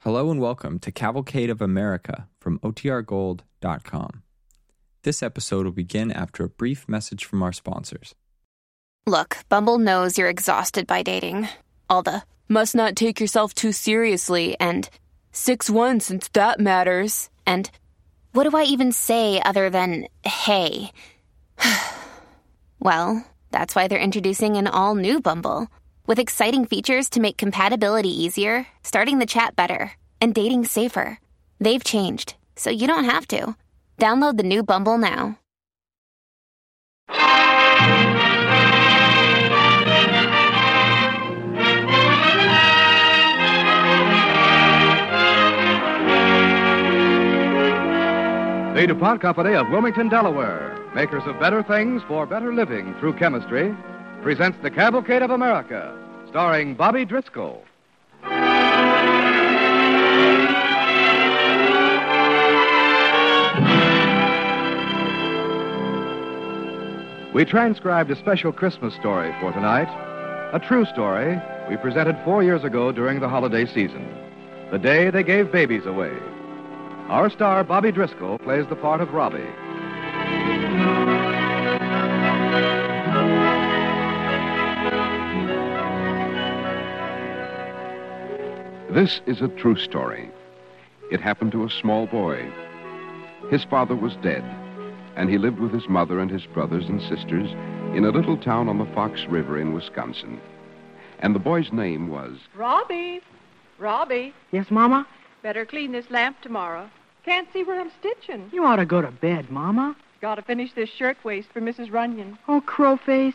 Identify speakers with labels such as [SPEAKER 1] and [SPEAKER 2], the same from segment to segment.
[SPEAKER 1] Hello and welcome to Cavalcade of America from OTRGold.com. This episode will begin after a brief message from our sponsors.
[SPEAKER 2] Look, Bumble knows you're exhausted by dating. All the must not take yourself too seriously and 6 1 since that matters. And what do I even say other than hey? well, that's why they're introducing an all new Bumble with exciting features to make compatibility easier, starting the chat better, and dating safer. They've changed, so you don't have to. Download the new Bumble now.
[SPEAKER 3] The DuPont Company of Wilmington, Delaware, makers of better things for better living through chemistry, presents The Cavalcade of America, starring Bobby Driscoll. We transcribed a special Christmas story for tonight, a true story we presented four years ago during the holiday season, the day they gave babies away. Our star, Bobby Driscoll, plays the part of Robbie.
[SPEAKER 4] This is a true story. It happened to a small boy. His father was dead, and he lived with his mother and his brothers and sisters in a little town on the Fox River in Wisconsin. And the boy's name was
[SPEAKER 5] Robbie, Robbie,
[SPEAKER 6] Yes, Mama?
[SPEAKER 5] better clean this lamp tomorrow. Can't see where I'm stitching.
[SPEAKER 6] You ought to go to bed, Mama.
[SPEAKER 5] Got to finish this shirtwaist for Mrs. Runyon.
[SPEAKER 6] Oh, Crowface.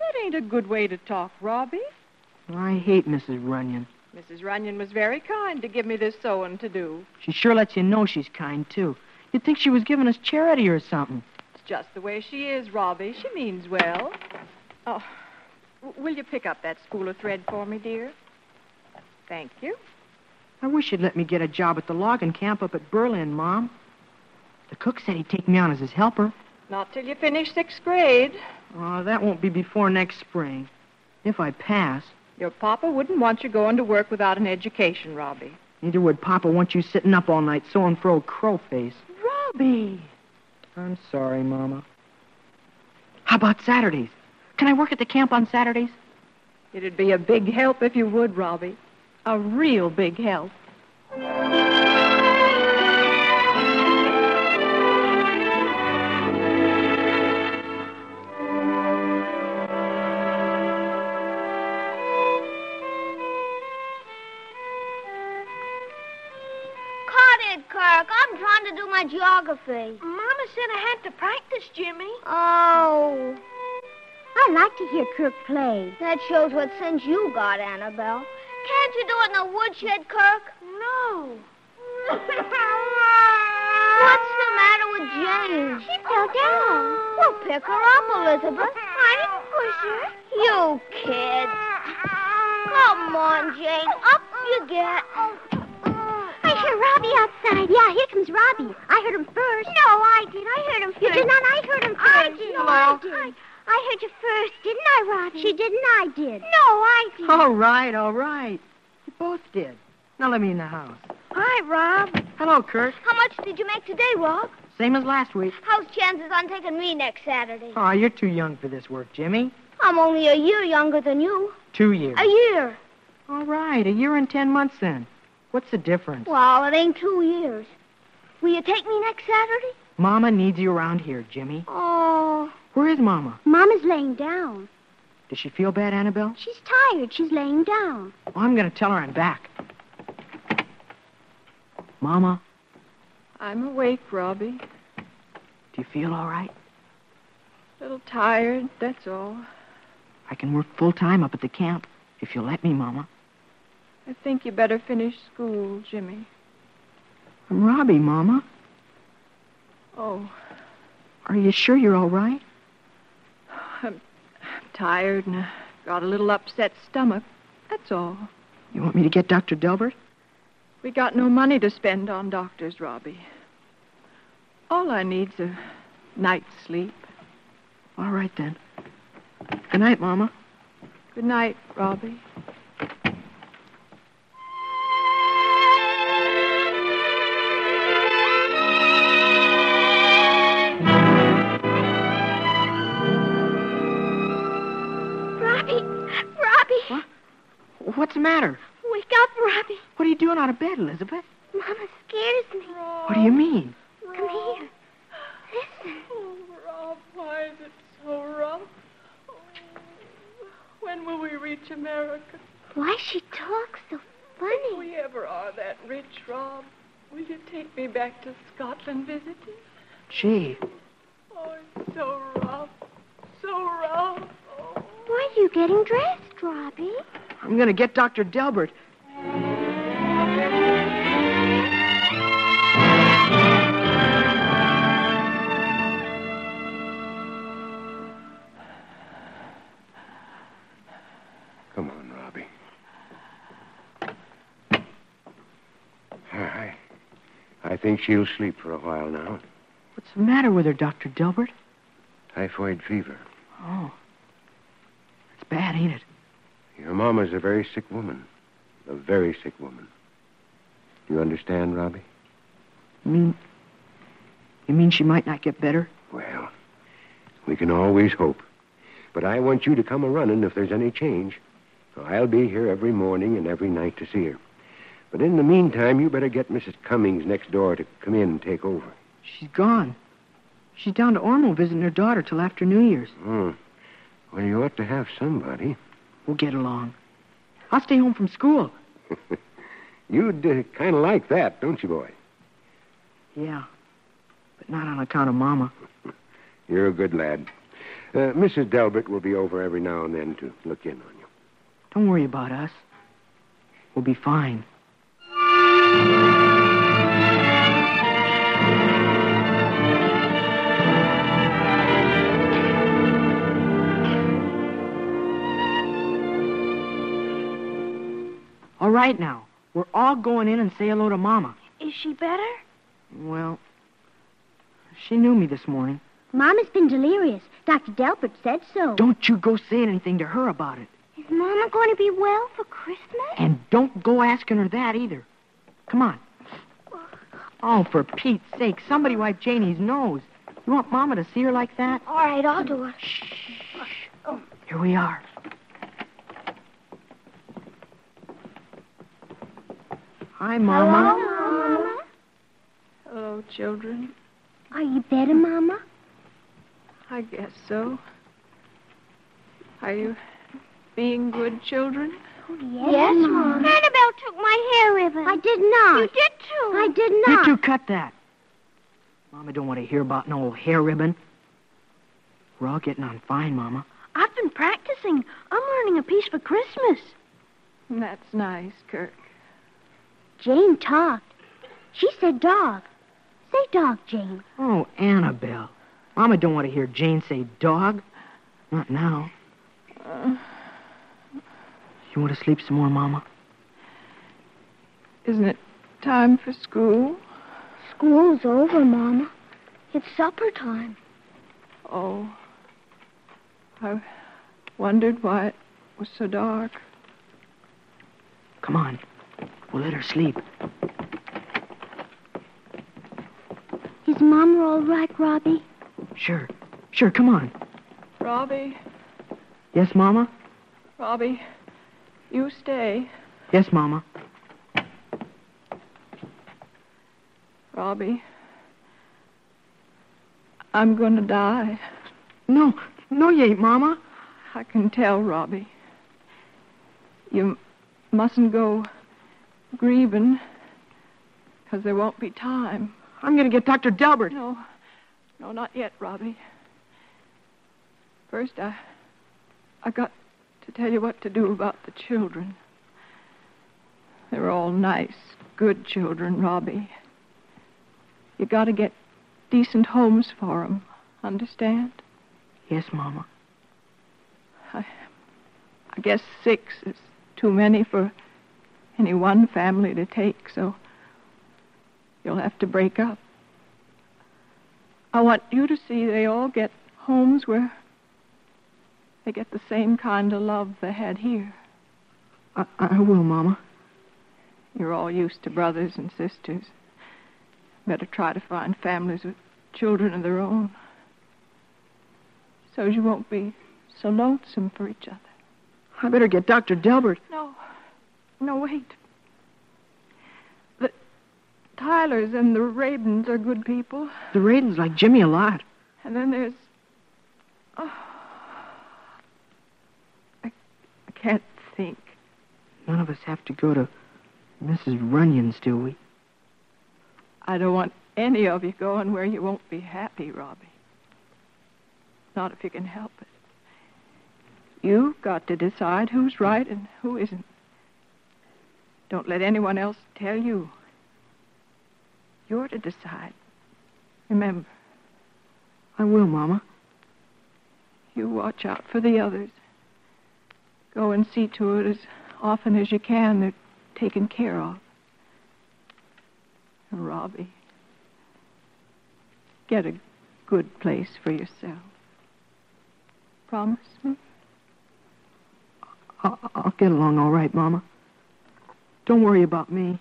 [SPEAKER 5] That ain't a good way to talk, Robbie.
[SPEAKER 6] I hate Mrs. Runyon.
[SPEAKER 5] Mrs. Runyon was very kind to give me this sewing to do.
[SPEAKER 6] She sure lets you know she's kind, too. You'd think she was giving us charity or something.
[SPEAKER 5] It's just the way she is, Robbie. She means well. Oh, w- will you pick up that spool of thread for me, dear? Thank you.
[SPEAKER 6] I wish you'd let me get a job at the logging camp up at Berlin, Mom. The cook said he'd take me on as his helper.
[SPEAKER 5] Not till you finish sixth grade.
[SPEAKER 6] Oh, that won't be before next spring. If I pass,
[SPEAKER 5] Your papa wouldn't want you going to work without an education, Robbie.
[SPEAKER 6] neither would Papa want you sitting up all night sewing for old Crowface.
[SPEAKER 5] Robbie!
[SPEAKER 6] I'm sorry, Mama. How about Saturdays? Can I work at the camp on Saturdays?
[SPEAKER 5] It'd be a big help if you would, Robbie. A real big help.
[SPEAKER 7] Cut it, Kirk. I'm trying to do my geography.
[SPEAKER 8] Mama said I had to practice, Jimmy.
[SPEAKER 7] Oh,
[SPEAKER 8] I like to hear Kirk play.
[SPEAKER 7] that shows what sense you got, Annabelle. Can't you do it in the woodshed, Kirk?
[SPEAKER 8] No.
[SPEAKER 7] What's the matter with Jane?
[SPEAKER 8] She fell down.
[SPEAKER 7] Well, pick her up, Elizabeth.
[SPEAKER 8] I didn't push her.
[SPEAKER 7] You kid. Come on, Jane. Up you get.
[SPEAKER 8] I hear Robbie outside. Yeah, here comes Robbie. I heard him first. No, I did. I heard him first. You did not. I heard him first. I did. No, I did. I, heard you first, didn't I, Robbie? She didn't. I did. No, I did.
[SPEAKER 6] All right, all right. You both did. Now let me in the house.
[SPEAKER 8] Hi, Rob.
[SPEAKER 6] Hello, Kirk.
[SPEAKER 7] How much did you make today, Rob?
[SPEAKER 6] Same as last week.
[SPEAKER 7] How's chances on taking me next Saturday?
[SPEAKER 6] Aw, Oh, you're too young for this work, Jimmy.
[SPEAKER 7] I'm only a year younger than you.
[SPEAKER 6] Two years.
[SPEAKER 7] A year.
[SPEAKER 6] All right, a year and ten months then. What's the difference?
[SPEAKER 7] Well, it ain't two years. Will you take me next Saturday?
[SPEAKER 6] Mama needs you around here, Jimmy.
[SPEAKER 7] Oh,
[SPEAKER 6] Where is Mama?
[SPEAKER 8] Mama's laying down.
[SPEAKER 6] Does she feel bad, Annabelle?
[SPEAKER 8] She's tired. She's laying down.
[SPEAKER 6] Well, Oh, I'm going to tell her I'm back. Mama,
[SPEAKER 5] I'm awake, Robbie.
[SPEAKER 6] do you feel all right?
[SPEAKER 5] A little tired, that's all.
[SPEAKER 6] I can work full time up at the camp if you'll let me, Mama.
[SPEAKER 5] I think you better finish school, Jimmy.
[SPEAKER 6] I'm Robbie, Mama.
[SPEAKER 5] Oh,
[SPEAKER 6] Are you sure you're all right?
[SPEAKER 5] I'm tired and I got a little upset stomach. That's all.
[SPEAKER 6] You want me to get Dr. Delbert?
[SPEAKER 5] We got no money to spend on doctors, Robbie. All I need's a night's sleep.
[SPEAKER 6] All right, then. Good night, Mama.
[SPEAKER 5] Good night, Robbie.
[SPEAKER 6] you doing out of bed, Elizabeth?
[SPEAKER 8] Mama scares me.
[SPEAKER 6] What do you mean?
[SPEAKER 8] Come here. Listen.
[SPEAKER 5] Oh, Rob, why is it so rough? Oh, When will we reach America?
[SPEAKER 8] Why she talks so
[SPEAKER 5] If
[SPEAKER 8] funny.
[SPEAKER 5] we ever are that rich, Rob, will you take me back to Scotland visiting?
[SPEAKER 6] Gee,
[SPEAKER 5] Oh, it's so rough. So rough. Oh.
[SPEAKER 8] Why are you getting dressed, Robbie?
[SPEAKER 6] I'm going to get Dr. Delbert.
[SPEAKER 4] Come on, Robbie. I, I think she'll sleep for a while now.
[SPEAKER 6] What's the matter with her, Dr. Delbert?
[SPEAKER 4] Typhoid fever.
[SPEAKER 6] Oh. It's bad, ain't it?
[SPEAKER 4] Your mama's a very sick woman. A very sick woman. You understand, Robbie?
[SPEAKER 6] You mean, you mean she might not get better?
[SPEAKER 4] Well, we can always hope. But I want you to come a running if there's any change. I'll be here every morning and every night to see her. But in the meantime, you better get Mrs. Cummings next door to come in and take over.
[SPEAKER 6] She's gone. She's down to Ormel visiting her daughter till after New Year's.
[SPEAKER 4] Hmm. Well, you ought to have somebody.
[SPEAKER 6] We'll get along. I'll stay home from school.
[SPEAKER 4] You'd uh, kind of like that, don't you, boy?
[SPEAKER 6] Yeah. But not on account of Mama.
[SPEAKER 4] You're a good lad. Uh, Mrs. Delbert will be over every now and then to look in on you.
[SPEAKER 6] Don't worry about us. We'll be fine. All right now. We're all going in and say hello to Mama.
[SPEAKER 8] Is she better?
[SPEAKER 6] Well, she knew me this morning.
[SPEAKER 8] Mama's been delirious. Dr. Delbert said so.
[SPEAKER 6] Don't you go saying anything to her about it.
[SPEAKER 8] Is Mama going to be well for Christmas?
[SPEAKER 6] And don't go asking her that either. Come on. Oh, for Pete's sake, somebody wipe Janie's nose. You want Mama to see her like that?
[SPEAKER 8] All right, I'll do it.
[SPEAKER 6] Here we are. Hi, Mama.
[SPEAKER 8] Hello, Mama.
[SPEAKER 5] Hello, Oh, children.
[SPEAKER 8] Are you better, Mama?
[SPEAKER 5] I guess so. Are you being good children?
[SPEAKER 8] Yes, Mama.
[SPEAKER 7] Annabelle took my hair ribbon.
[SPEAKER 8] I did not.
[SPEAKER 7] You did too.
[SPEAKER 8] I did
[SPEAKER 6] You
[SPEAKER 8] not.
[SPEAKER 6] two cut that. Mama don't want to hear about no hair ribbon. We're all getting on fine, Mama.
[SPEAKER 8] I've been practicing. I'm learning a piece for Christmas.
[SPEAKER 5] That's nice, Kirk.
[SPEAKER 8] Jane talked. She said dog. Say dog, Jane.
[SPEAKER 6] Oh, Annabelle. Mama don't want to hear Jane say dog. Not now. You want to sleep some more, Mama?
[SPEAKER 5] Isn't it time for school?
[SPEAKER 8] School's over, Mama. It's supper time.
[SPEAKER 5] Oh. I wondered why it was so dark.
[SPEAKER 6] Come on. We'll let her sleep.
[SPEAKER 8] Is Mama all right, Robbie?
[SPEAKER 6] Sure. Sure, come on.
[SPEAKER 5] Robbie,
[SPEAKER 6] Yes, Mama?
[SPEAKER 5] Robbie, you stay.
[SPEAKER 6] Yes, Mama.
[SPEAKER 5] Robbie, I'm going to die.
[SPEAKER 6] No. No, you ain't, Mama.
[SPEAKER 5] I can tell, Robbie. You mustn't go grieving, 'cause there won't be time.
[SPEAKER 6] I'm going to get Dr. Delbert.
[SPEAKER 5] No, no, not yet, Robbie. First, I, I got to tell you what to do about the children. They were all nice, good children, Robbie. You got to get decent homes for 'em. Understand?
[SPEAKER 6] Yes, Mama.
[SPEAKER 5] I guess six is too many for any one family to take, so you'll have to break up. I want you to see they all get homes where they get the same kind of love they had here.
[SPEAKER 6] I, I will, Mama.
[SPEAKER 5] You're all used to brothers and sisters. Better try to find families with children of their own. So you won't be so lonesome for each other.
[SPEAKER 6] I better get Dr. Delbert.
[SPEAKER 5] No. No, wait. Tylers and the Rabens are good people.
[SPEAKER 6] The Raidens like Jimmy a lot.
[SPEAKER 5] And then there's. Oh. I, I can't think.
[SPEAKER 6] None of us have to go to Mrs. Runyon's, do we?
[SPEAKER 5] I don't want any of you going where you won't be happy, Robbie. Not if you can help it. You've got to decide who's right and who isn't. Don't let anyone else tell you. You're to decide. Remember,
[SPEAKER 6] I will, Mama.
[SPEAKER 5] you watch out for the others. Go and see to it as often as you can. They're taken care of. And Robbie, get a good place for yourself. Promise me?
[SPEAKER 6] I- I'll get along all right, Mama. Don't worry about me.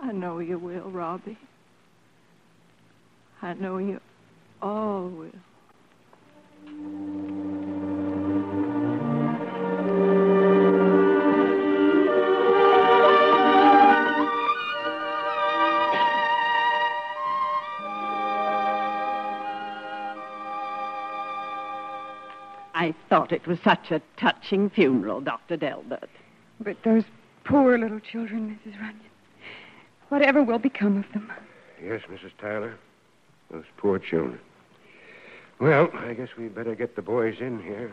[SPEAKER 5] I know you will, Robbie. I know you all will.
[SPEAKER 9] I thought it was such a touching funeral, Dr. Delbert.
[SPEAKER 10] But those poor little children, Mrs. Runyon. Whatever will become of them?
[SPEAKER 4] Yes, Mrs. Tyler. Those poor children. Well, I guess we'd better get the boys in here.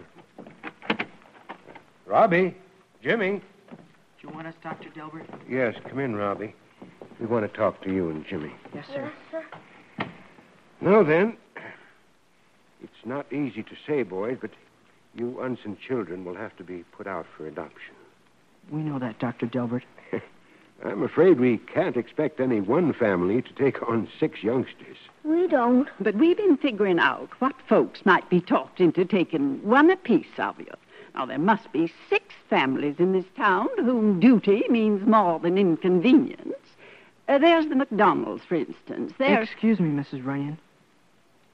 [SPEAKER 4] Robbie? Jimmy?
[SPEAKER 6] Do you want us, Dr. Delbert?
[SPEAKER 4] Yes, come in, Robbie. We want to talk to you and Jimmy.
[SPEAKER 6] Yes, sir.
[SPEAKER 4] Now then, it's not easy to say, boys, but you unsent children will have to be put out for adoption.
[SPEAKER 6] We know that, Dr. Delbert.
[SPEAKER 4] I'm afraid we can't expect any one family to take on six youngsters.
[SPEAKER 9] We don't. But we've been figuring out what folks might be talked into taking one apiece of you. Now, there must be six families in this town to whom duty means more than inconvenience. Uh, there's the McDonalds, for instance. There's.
[SPEAKER 6] Excuse me, Mrs. Runyon.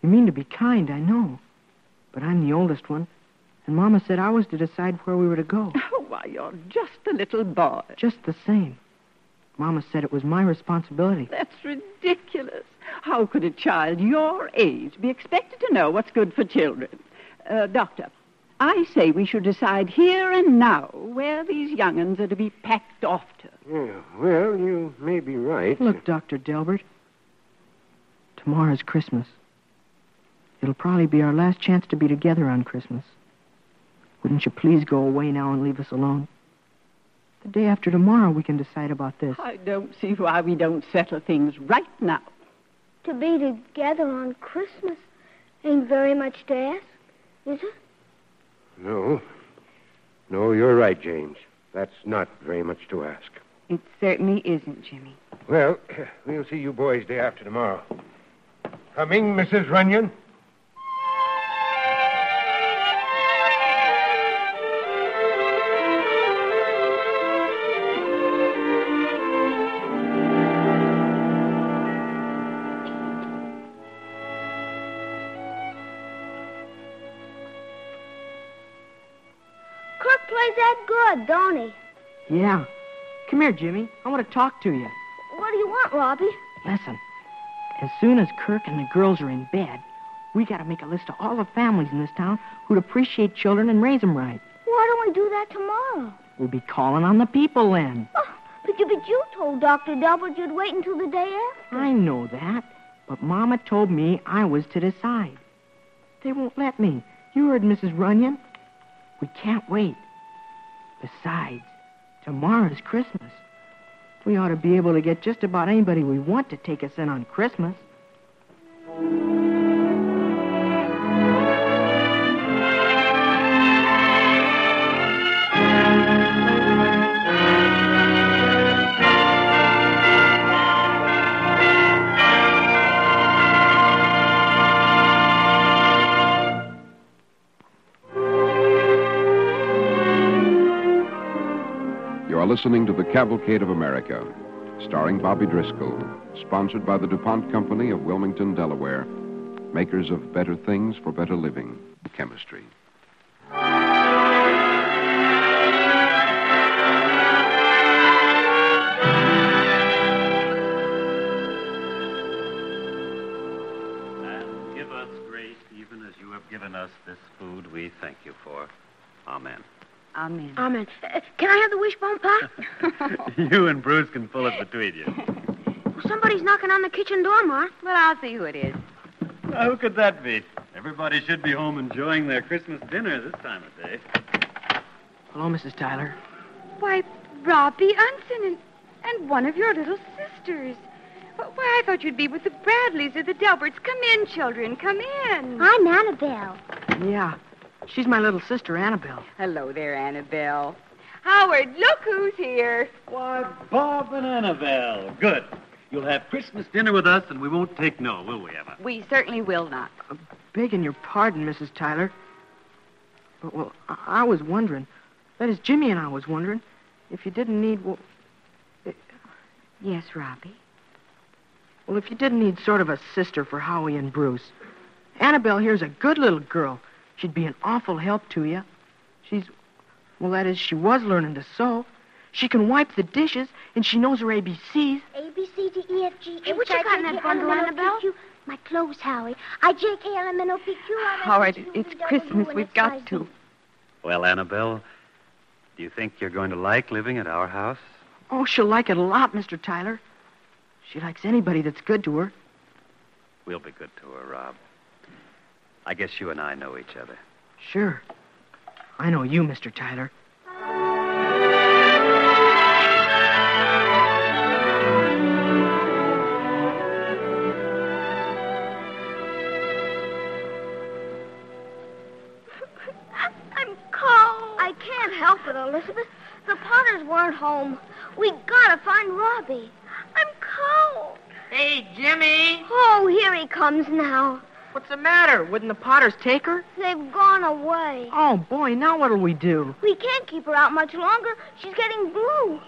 [SPEAKER 6] You mean to be kind, I know. But I'm the oldest one, and Mama said I was to decide where we were to go.
[SPEAKER 9] Oh, why, you're just a little boy.
[SPEAKER 6] Just the same. Mama said it was my responsibility.
[SPEAKER 9] That's ridiculous. How could a child your age be expected to know what's good for children? Uh, doctor, I say we should decide here and now where these young'uns are to be packed off to.
[SPEAKER 4] Yeah, well, you may be right.
[SPEAKER 6] Look, Dr. Delbert, tomorrow's Christmas. It'll probably be our last chance to be together on Christmas. Wouldn't you please go away now and leave us alone? The day after tomorrow, we can decide about this.
[SPEAKER 9] I
[SPEAKER 6] don't
[SPEAKER 9] see why we don't settle things right now.
[SPEAKER 8] To be together on Christmas ain't very much to ask, is it?
[SPEAKER 4] No. No, you're right, James. That's not very much to ask.
[SPEAKER 11] It certainly isn't, Jimmy.
[SPEAKER 4] Well, we'll see you boys day after tomorrow. Coming, Mrs. Runyon?
[SPEAKER 8] Cook plays that good, don't he?
[SPEAKER 6] Yeah. Come here, Jimmy. I want to talk to you.
[SPEAKER 8] What do you want, Robbie?
[SPEAKER 6] Listen, as soon as Kirk and the girls are in bed, we got to make a list of all the families in this town who'd appreciate children and raise 'em right.
[SPEAKER 8] Why don't we do that tomorrow?
[SPEAKER 6] We'll be calling on the people then.
[SPEAKER 8] But you, but you told Dr. Delbert you'd wait until the day after.
[SPEAKER 6] I know that, but Mama told me I was to decide. They won't let me. You heard Mrs. Runyon. We can't wait. Besides, tomorrow's Christmas. We ought to be able to get just about anybody we want to take us in on Christmas.
[SPEAKER 3] You are listening to The Cavalcade of America, starring Bobby Driscoll, sponsored by the DuPont Company of Wilmington, Delaware, makers of better things for better living, chemistry.
[SPEAKER 12] given us this food, we thank you for. Amen.
[SPEAKER 13] Amen.
[SPEAKER 8] Amen. Uh, can I have the wishbone pie?
[SPEAKER 12] you and Bruce can pull it between you.
[SPEAKER 8] Somebody's knocking on the kitchen door, Ma.
[SPEAKER 13] Well, I'll see who it is.
[SPEAKER 12] Now, who could that be? Everybody should be home enjoying their Christmas dinner this time of day.
[SPEAKER 6] Hello, Mrs. Tyler.
[SPEAKER 14] Why, Robbie Unson and, and one of your little sisters. Wh- Why, I thought you'd be with the Bradleys or the Delberts. Come in, children. Come in.
[SPEAKER 8] I'm Annabelle.
[SPEAKER 6] Yeah. She's my little sister, Annabelle.
[SPEAKER 13] Hello there, Annabelle. Howard, look who's here.
[SPEAKER 12] Why, Bob and Annabelle. Good. You'll have Christmas dinner with us, and we won't take no, will we, Emma?
[SPEAKER 13] We certainly will not.
[SPEAKER 6] Begging your pardon, Mrs. Tyler. But, well, I, I was wondering. That is, Jimmy and I was wondering if you didn't need. Well, eh,
[SPEAKER 13] Yes, Robbie.
[SPEAKER 6] well, if you didn't need sort of a sister for Howie and Bruce. Annabelle here's a good little girl. She'd be an awful help to you. She's. Well, that is, she was learning to sew. She can wipe the dishes, and she knows her ABCs.
[SPEAKER 8] A, B, C, D, E, F, G,
[SPEAKER 7] Hey,
[SPEAKER 8] H,
[SPEAKER 7] what you
[SPEAKER 8] I,
[SPEAKER 7] got in
[SPEAKER 8] J,
[SPEAKER 7] that
[SPEAKER 8] K,
[SPEAKER 7] bundle,
[SPEAKER 8] L, M, N, O, P,
[SPEAKER 7] Annabelle?
[SPEAKER 8] Q. My clothes, Howie. I, J, K, L, M, N, O, P, Q, R, S,
[SPEAKER 13] Howard,
[SPEAKER 8] T, U,
[SPEAKER 13] it's
[SPEAKER 8] V, W,
[SPEAKER 13] Christmas.
[SPEAKER 8] and
[SPEAKER 13] We've
[SPEAKER 8] X, Y,
[SPEAKER 13] got
[SPEAKER 8] Z.
[SPEAKER 13] to.
[SPEAKER 12] Well, Annabelle, do you think you're going to like living at our house?
[SPEAKER 6] Oh, she'll like it a lot, Mr. Tyler. She likes anybody that's good to her.
[SPEAKER 12] We'll be good to her, Rob. I guess you and I know each other.
[SPEAKER 6] Sure. I know you, Mr. Tyler.
[SPEAKER 8] I'm cold. I can't help it, Elizabeth. The Potters weren't home. We gotta find Robbie. I'm cold.
[SPEAKER 6] Hey, Jimmy.
[SPEAKER 8] Oh, here he comes now.
[SPEAKER 6] What's the matter? Wouldn't the Potters take her?
[SPEAKER 8] They've gone away.
[SPEAKER 6] Oh, boy, now what'll we do?
[SPEAKER 8] We can't keep her out much longer. She's getting blue.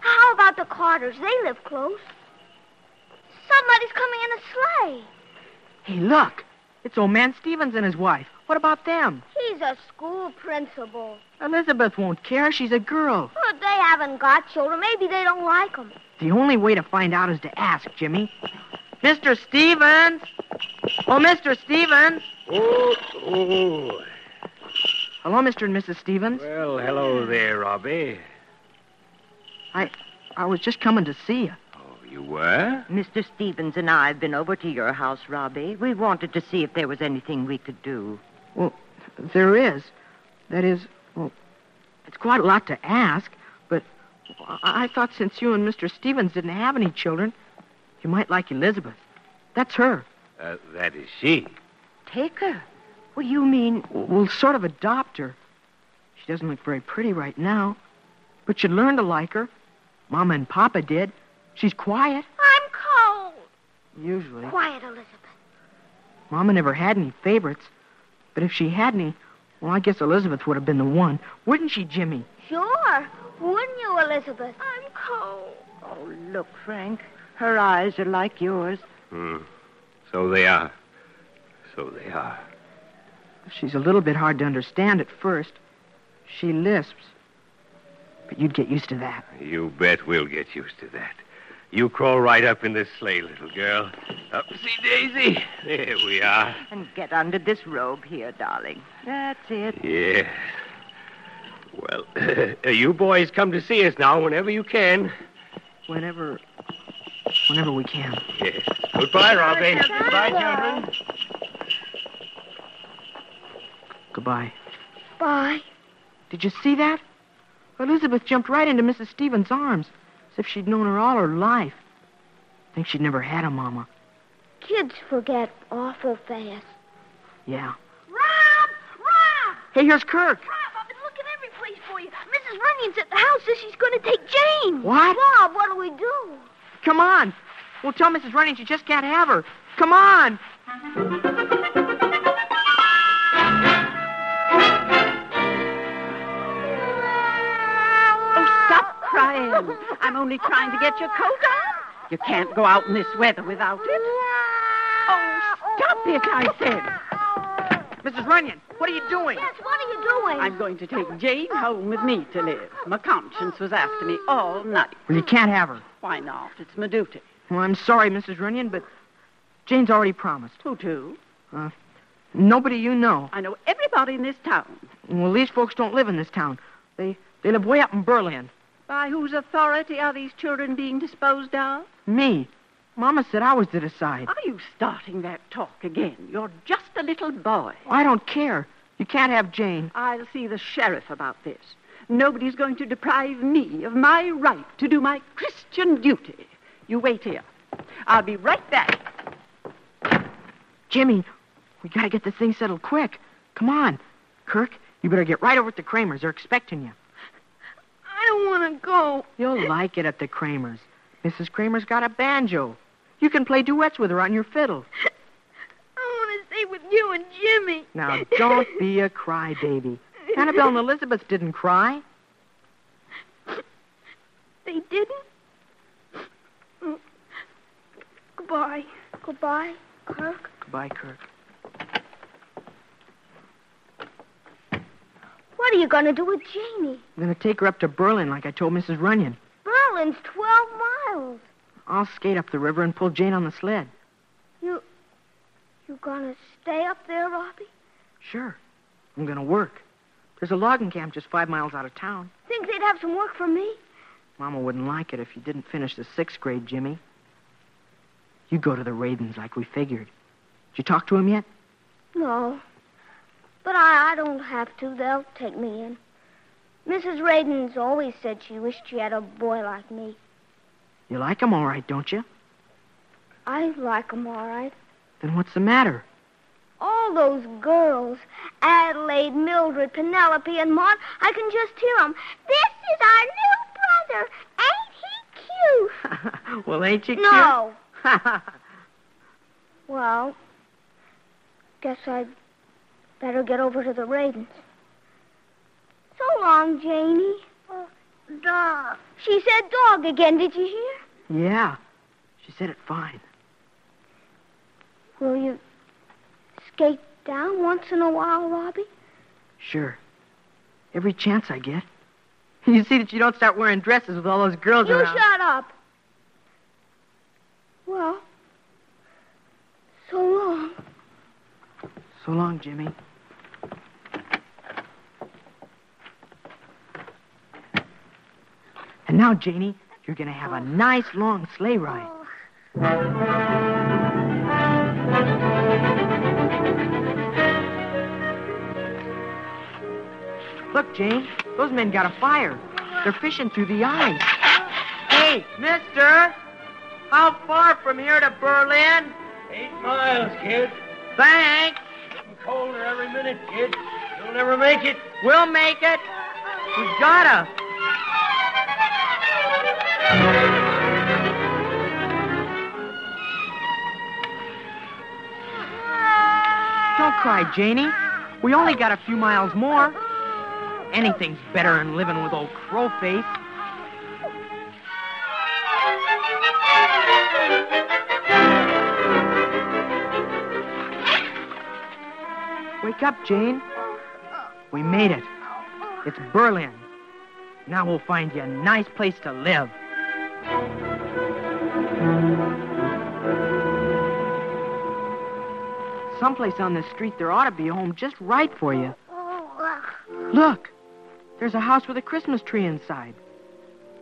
[SPEAKER 8] How about the Carters? They live close. Somebody's coming in a sleigh.
[SPEAKER 6] Hey, look. It's old man Stevens and his wife. What about them?
[SPEAKER 8] He's a school principal.
[SPEAKER 6] Elizabeth won't care. She's a girl.
[SPEAKER 8] But they haven't got children. Maybe they don't like them.
[SPEAKER 6] The only way to find out is to ask, Jimmy. Mr. Stevens! Oh, Mr. Stevens!
[SPEAKER 15] Oh, oh.
[SPEAKER 6] Hello, Mr. and Mrs. Stevens.
[SPEAKER 15] Well, hello there, Robbie.
[SPEAKER 6] I I was just coming to see you.
[SPEAKER 15] You were?
[SPEAKER 16] Mr. Stevens and I have been over to your house, Robbie. We wanted to see if there was anything we could do.
[SPEAKER 6] Well, there is. That is, well, it's quite a lot to ask, but I, I thought since you and Mr. Stevens didn't have any children, you might like Elizabeth. That's her.
[SPEAKER 15] Uh, that is she.
[SPEAKER 6] Take her? Well, you mean. Well, sort of adopt her. She doesn't look very pretty right now, but you learn to like her. Mama and Papa did. She's quiet,
[SPEAKER 8] I'm cold.
[SPEAKER 6] usually.
[SPEAKER 8] Quiet, Elizabeth.
[SPEAKER 6] Mama never had any favorites, but if she had any, well, I guess Elizabeth would have been the one. Wouldn't she, Jimmy?
[SPEAKER 8] Sure. Wouldn't you, Elizabeth? I'm cold.
[SPEAKER 16] Oh, look, Frank. Her eyes are like yours.
[SPEAKER 15] Hmm. So they are. So they are.
[SPEAKER 6] She's a little bit hard to understand at first. She lisps. But you'd get used to that.
[SPEAKER 15] You bet we'll get used to that. You crawl right up in this sleigh, little girl. Up, see, Daisy. There we are.
[SPEAKER 16] And get under this robe here, darling. That's it.
[SPEAKER 15] Yes. Well, you boys come to see us now whenever you can.
[SPEAKER 6] Whenever. Whenever we can.
[SPEAKER 15] Yes. Goodbye, Robbie. Goodbye, children.
[SPEAKER 6] Goodbye.
[SPEAKER 8] Bye.
[SPEAKER 6] Did you see that? Elizabeth jumped right into Mrs. Stevens' arms, as if she'd known her all her life. Think she'd never had a mama.
[SPEAKER 8] Kids forget awful fast.
[SPEAKER 6] Yeah.
[SPEAKER 8] Rob! Rob!
[SPEAKER 6] Hey, here's Kirk.
[SPEAKER 8] Rob, I've been looking every place for you. Mrs. Runyon's at the house says she's going to take Jane.
[SPEAKER 6] What?
[SPEAKER 8] Rob, what do we do?
[SPEAKER 6] Come on. We'll tell Mrs. Running she just can't have her. Come on.
[SPEAKER 9] Oh, stop crying. I'm only trying to get your coat on. You can't go out in this weather without it. Oh, stop it, I said.
[SPEAKER 6] Mrs. Runyon, what are you doing?
[SPEAKER 8] Yes, what are you doing?
[SPEAKER 9] I'm going to take Jane home with me to live. My conscience was after me all night.
[SPEAKER 6] Well, you can't have her.
[SPEAKER 9] Why not? It's my duty.
[SPEAKER 6] Well, I'm sorry, Mrs. Runyon, but Jane's already promised.
[SPEAKER 9] Who to?
[SPEAKER 6] Uh, Nobody you know.
[SPEAKER 9] I know everybody in this town.
[SPEAKER 6] Well, these folks don't live in this town. They they live way up in Berlin.
[SPEAKER 9] By whose authority are these children being disposed of?
[SPEAKER 6] Me. Mama said I was to decide.
[SPEAKER 9] Are you starting that talk again? You're just a little boy.
[SPEAKER 6] I don't care. You can't have Jane.
[SPEAKER 9] I'll see the sheriff about this. Nobody's going to deprive me of my right to do my Christian duty. You wait here. I'll be right back.
[SPEAKER 6] Jimmy, we gotta get this thing settled quick. Come on. Kirk, you better get right over at the Kramers. They're expecting you.
[SPEAKER 14] I don't want to go.
[SPEAKER 6] You'll like it at the Kramers. Mrs. Kramer's got a banjo. You can play duets with her on your fiddle.
[SPEAKER 14] I want to stay with you and Jimmy.
[SPEAKER 6] Now, don't be a crybaby. Annabelle and Elizabeth didn't cry.
[SPEAKER 14] They didn't?
[SPEAKER 8] Goodbye. Goodbye, Kirk.
[SPEAKER 6] Goodbye, Kirk.
[SPEAKER 8] What are you going to do with Janie?
[SPEAKER 6] I'm gonna take her up to Berlin like I told Mrs. Runyon.
[SPEAKER 8] Berlin's 12 miles.
[SPEAKER 6] I'll skate up the river and pull Jane on the sled.
[SPEAKER 8] You. You gonna stay up there, Robbie?
[SPEAKER 6] Sure. I'm gonna work. There's a logging camp just five miles out of town.
[SPEAKER 8] Think they'd have some work for me?
[SPEAKER 6] Mama wouldn't like it if you didn't finish the sixth grade, Jimmy. You go to the Ravens like we figured. Did you talk to him yet?
[SPEAKER 8] No. But I, I don't have to. They'll take me in. Mrs. Raiden's always said she wished she had a boy like me.
[SPEAKER 6] You like him all right, don't you?
[SPEAKER 8] I like 'em all right.
[SPEAKER 6] Then what's the matter?
[SPEAKER 8] All those girls Adelaide, Mildred, Penelope, and Maud I can just hear 'em. This is our new brother. Ain't he cute?
[SPEAKER 6] Well, ain't you
[SPEAKER 8] No. well, guess I'd better get over to the Raidens. So long, Janie. dog. She said dog again, did you hear?
[SPEAKER 6] cute? Yeah. She said it fine.
[SPEAKER 8] Will you skate down once in a while, Robbie?
[SPEAKER 6] Sure. Every chance I get. You see that you don't start wearing dresses with all those girls
[SPEAKER 8] you
[SPEAKER 6] around.
[SPEAKER 8] shut up. Well, so long.
[SPEAKER 6] So long, Jimmy. And now, Janie, you're going to have a nice long sleigh ride. Look, Jane, those men got a fire. They're fishing through the ice. Hey, mister, how far from here to Berlin?
[SPEAKER 12] Eight miles, kid.
[SPEAKER 6] Thanks.
[SPEAKER 12] Getting colder every minute, kid. You'll never make it.
[SPEAKER 6] We'll make it. We gotta. Don't cry, Janie. We only got a few miles more. Anything's better than living with old Crowface. Wake up, Jane. We made it. It's Berlin. Now we'll find you a nice place to live. Someplace on this street, there ought to be a home just right for you. Look, there's a house with a Christmas tree inside.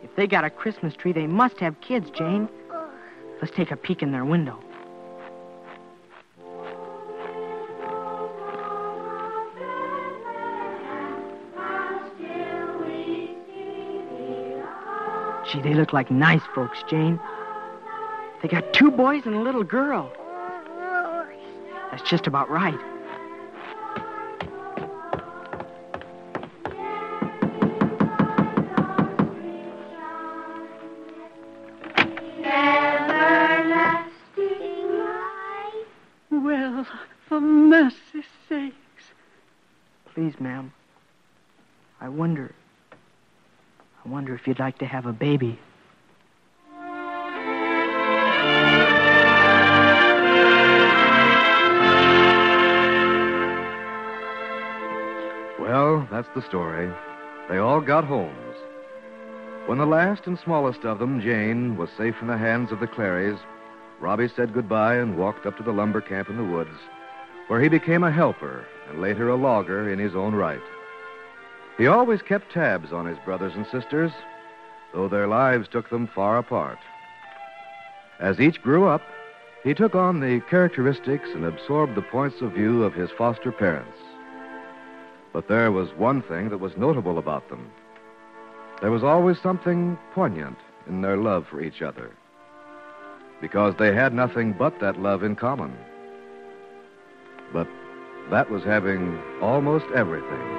[SPEAKER 6] If they got a Christmas tree, they must have kids, Jane. Let's take a peek in their window. Gee, they look like nice folks, Jane. They got two boys and a little girl. That's just about right.
[SPEAKER 8] Everlasting life.
[SPEAKER 9] Well, for mercy's sake.
[SPEAKER 6] Please, ma'am. I wonder. I wonder if you'd like to have a baby.
[SPEAKER 3] Well, that's the story. They all got homes. When the last and smallest of them, Jane, was safe in the hands of the Clarys, Robbie said goodbye and walked up to the lumber camp in the woods, where he became a helper and later a logger in his own right. He always kept tabs on his brothers and sisters, though their lives took them far apart. As each grew up, he took on the characteristics and absorbed the points of view of his foster parents. But there was one thing that was notable about them there was always something poignant in their love for each other, because they had nothing but that love in common. But that was having almost everything.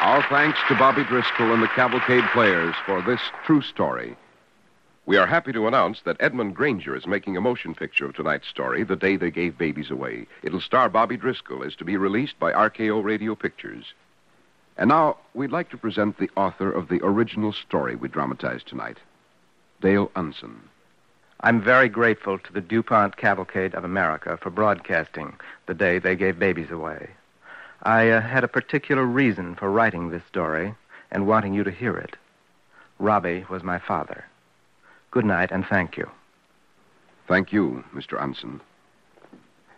[SPEAKER 4] Our thanks to Bobby Driscoll and the Cavalcade Players for this true story. We are happy to announce that Edmund Granger is making a motion picture of tonight's story, The Day They Gave Babies Away. It'll star Bobby Driscoll, is to be released by RKO Radio Pictures. And now, we'd like to present the author of the original story we dramatized tonight, Dale Unson.
[SPEAKER 17] I'm very grateful to the DuPont Cavalcade of America for broadcasting the day they gave babies away. I uh, had a particular reason for writing this story and wanting you to hear it. Robbie was my father. Good night and thank you.
[SPEAKER 4] Thank you, Mr. Unson.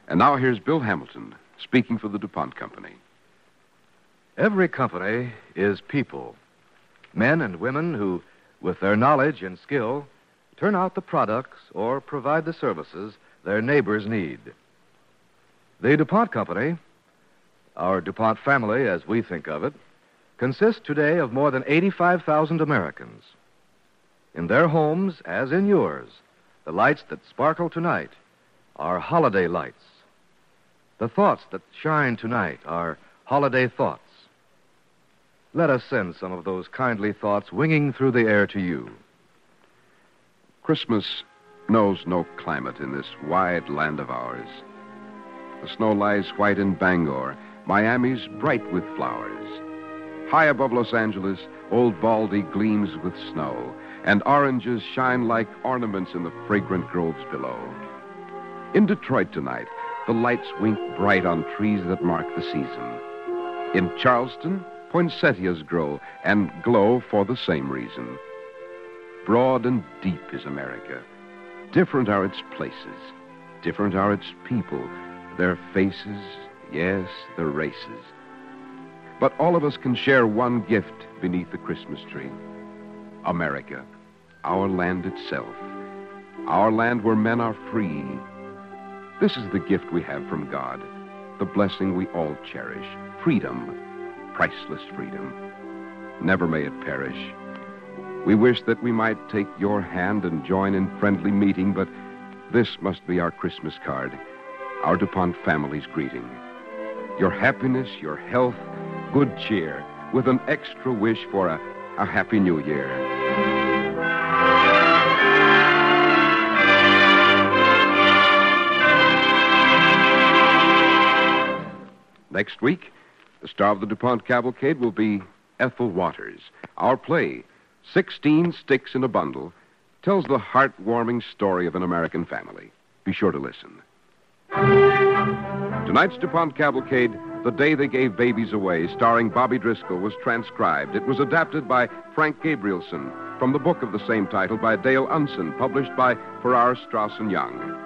[SPEAKER 4] And now here's Bill Hamilton speaking for the DuPont Company.
[SPEAKER 3] Every company is people men and women who, with their knowledge and skill, turn out the products or provide the services their neighbors need. The DuPont Company, our DuPont family as we think of it, consists today of more than 85,000 Americans. In their homes, as in yours, the lights that sparkle tonight are holiday lights. The thoughts that shine tonight are holiday thoughts. Let us send some of those kindly thoughts winging through the air to you.
[SPEAKER 4] Christmas knows no climate in this wide land of ours. The snow lies white in Bangor, Miami's bright with flowers. High above Los Angeles, Old Baldy gleams with snow, and oranges shine like ornaments in the fragrant groves below. In Detroit tonight, the lights wink bright on trees that mark the season. In Charleston, poinsettias grow and glow for the same reason. Broad and deep is America. Different are its places, different are its people, their faces, yes, the races. But all of us can share one gift beneath the Christmas tree America, our land itself, our land where men are free. This is the gift we have from God, the blessing we all cherish freedom, priceless freedom. Never may it perish. We wish that we might take your hand and join in friendly meeting, but this must be our Christmas card, our DuPont family's greeting. Your happiness, your health, good cheer, with an extra wish for a, a happy new year. Next week, the star of the DuPont Cavalcade will be Ethel Waters. Our play, 16 Sticks in a Bundle, tells the heartwarming story of an American family. Be sure to listen. Tonight's DuPont Cavalcade, The Day They Gave Babies Away, starring Bobby Driscoll, was transcribed. It was adapted by Frank Gabrielson from the book of the same title by Dale Unson, published by Farrar, Strauss and Young.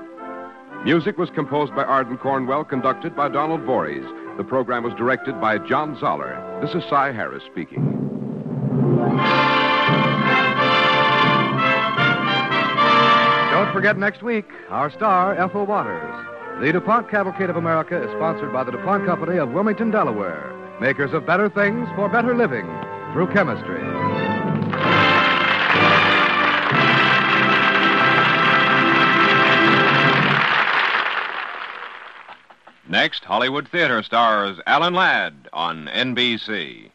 [SPEAKER 4] Music was composed by Arden Cornwell, conducted by Donald Voorhees. The program was directed by John Zoller. This is Cy Harris speaking.
[SPEAKER 3] Don't forget next week, our star, Ethel Waters. The DuPont Cavalcade of America is sponsored by the DuPont Company of Wilmington, Delaware, makers of better things for better living through chemistry.
[SPEAKER 18] Next, Hollywood Theater stars Alan Ladd on NBC.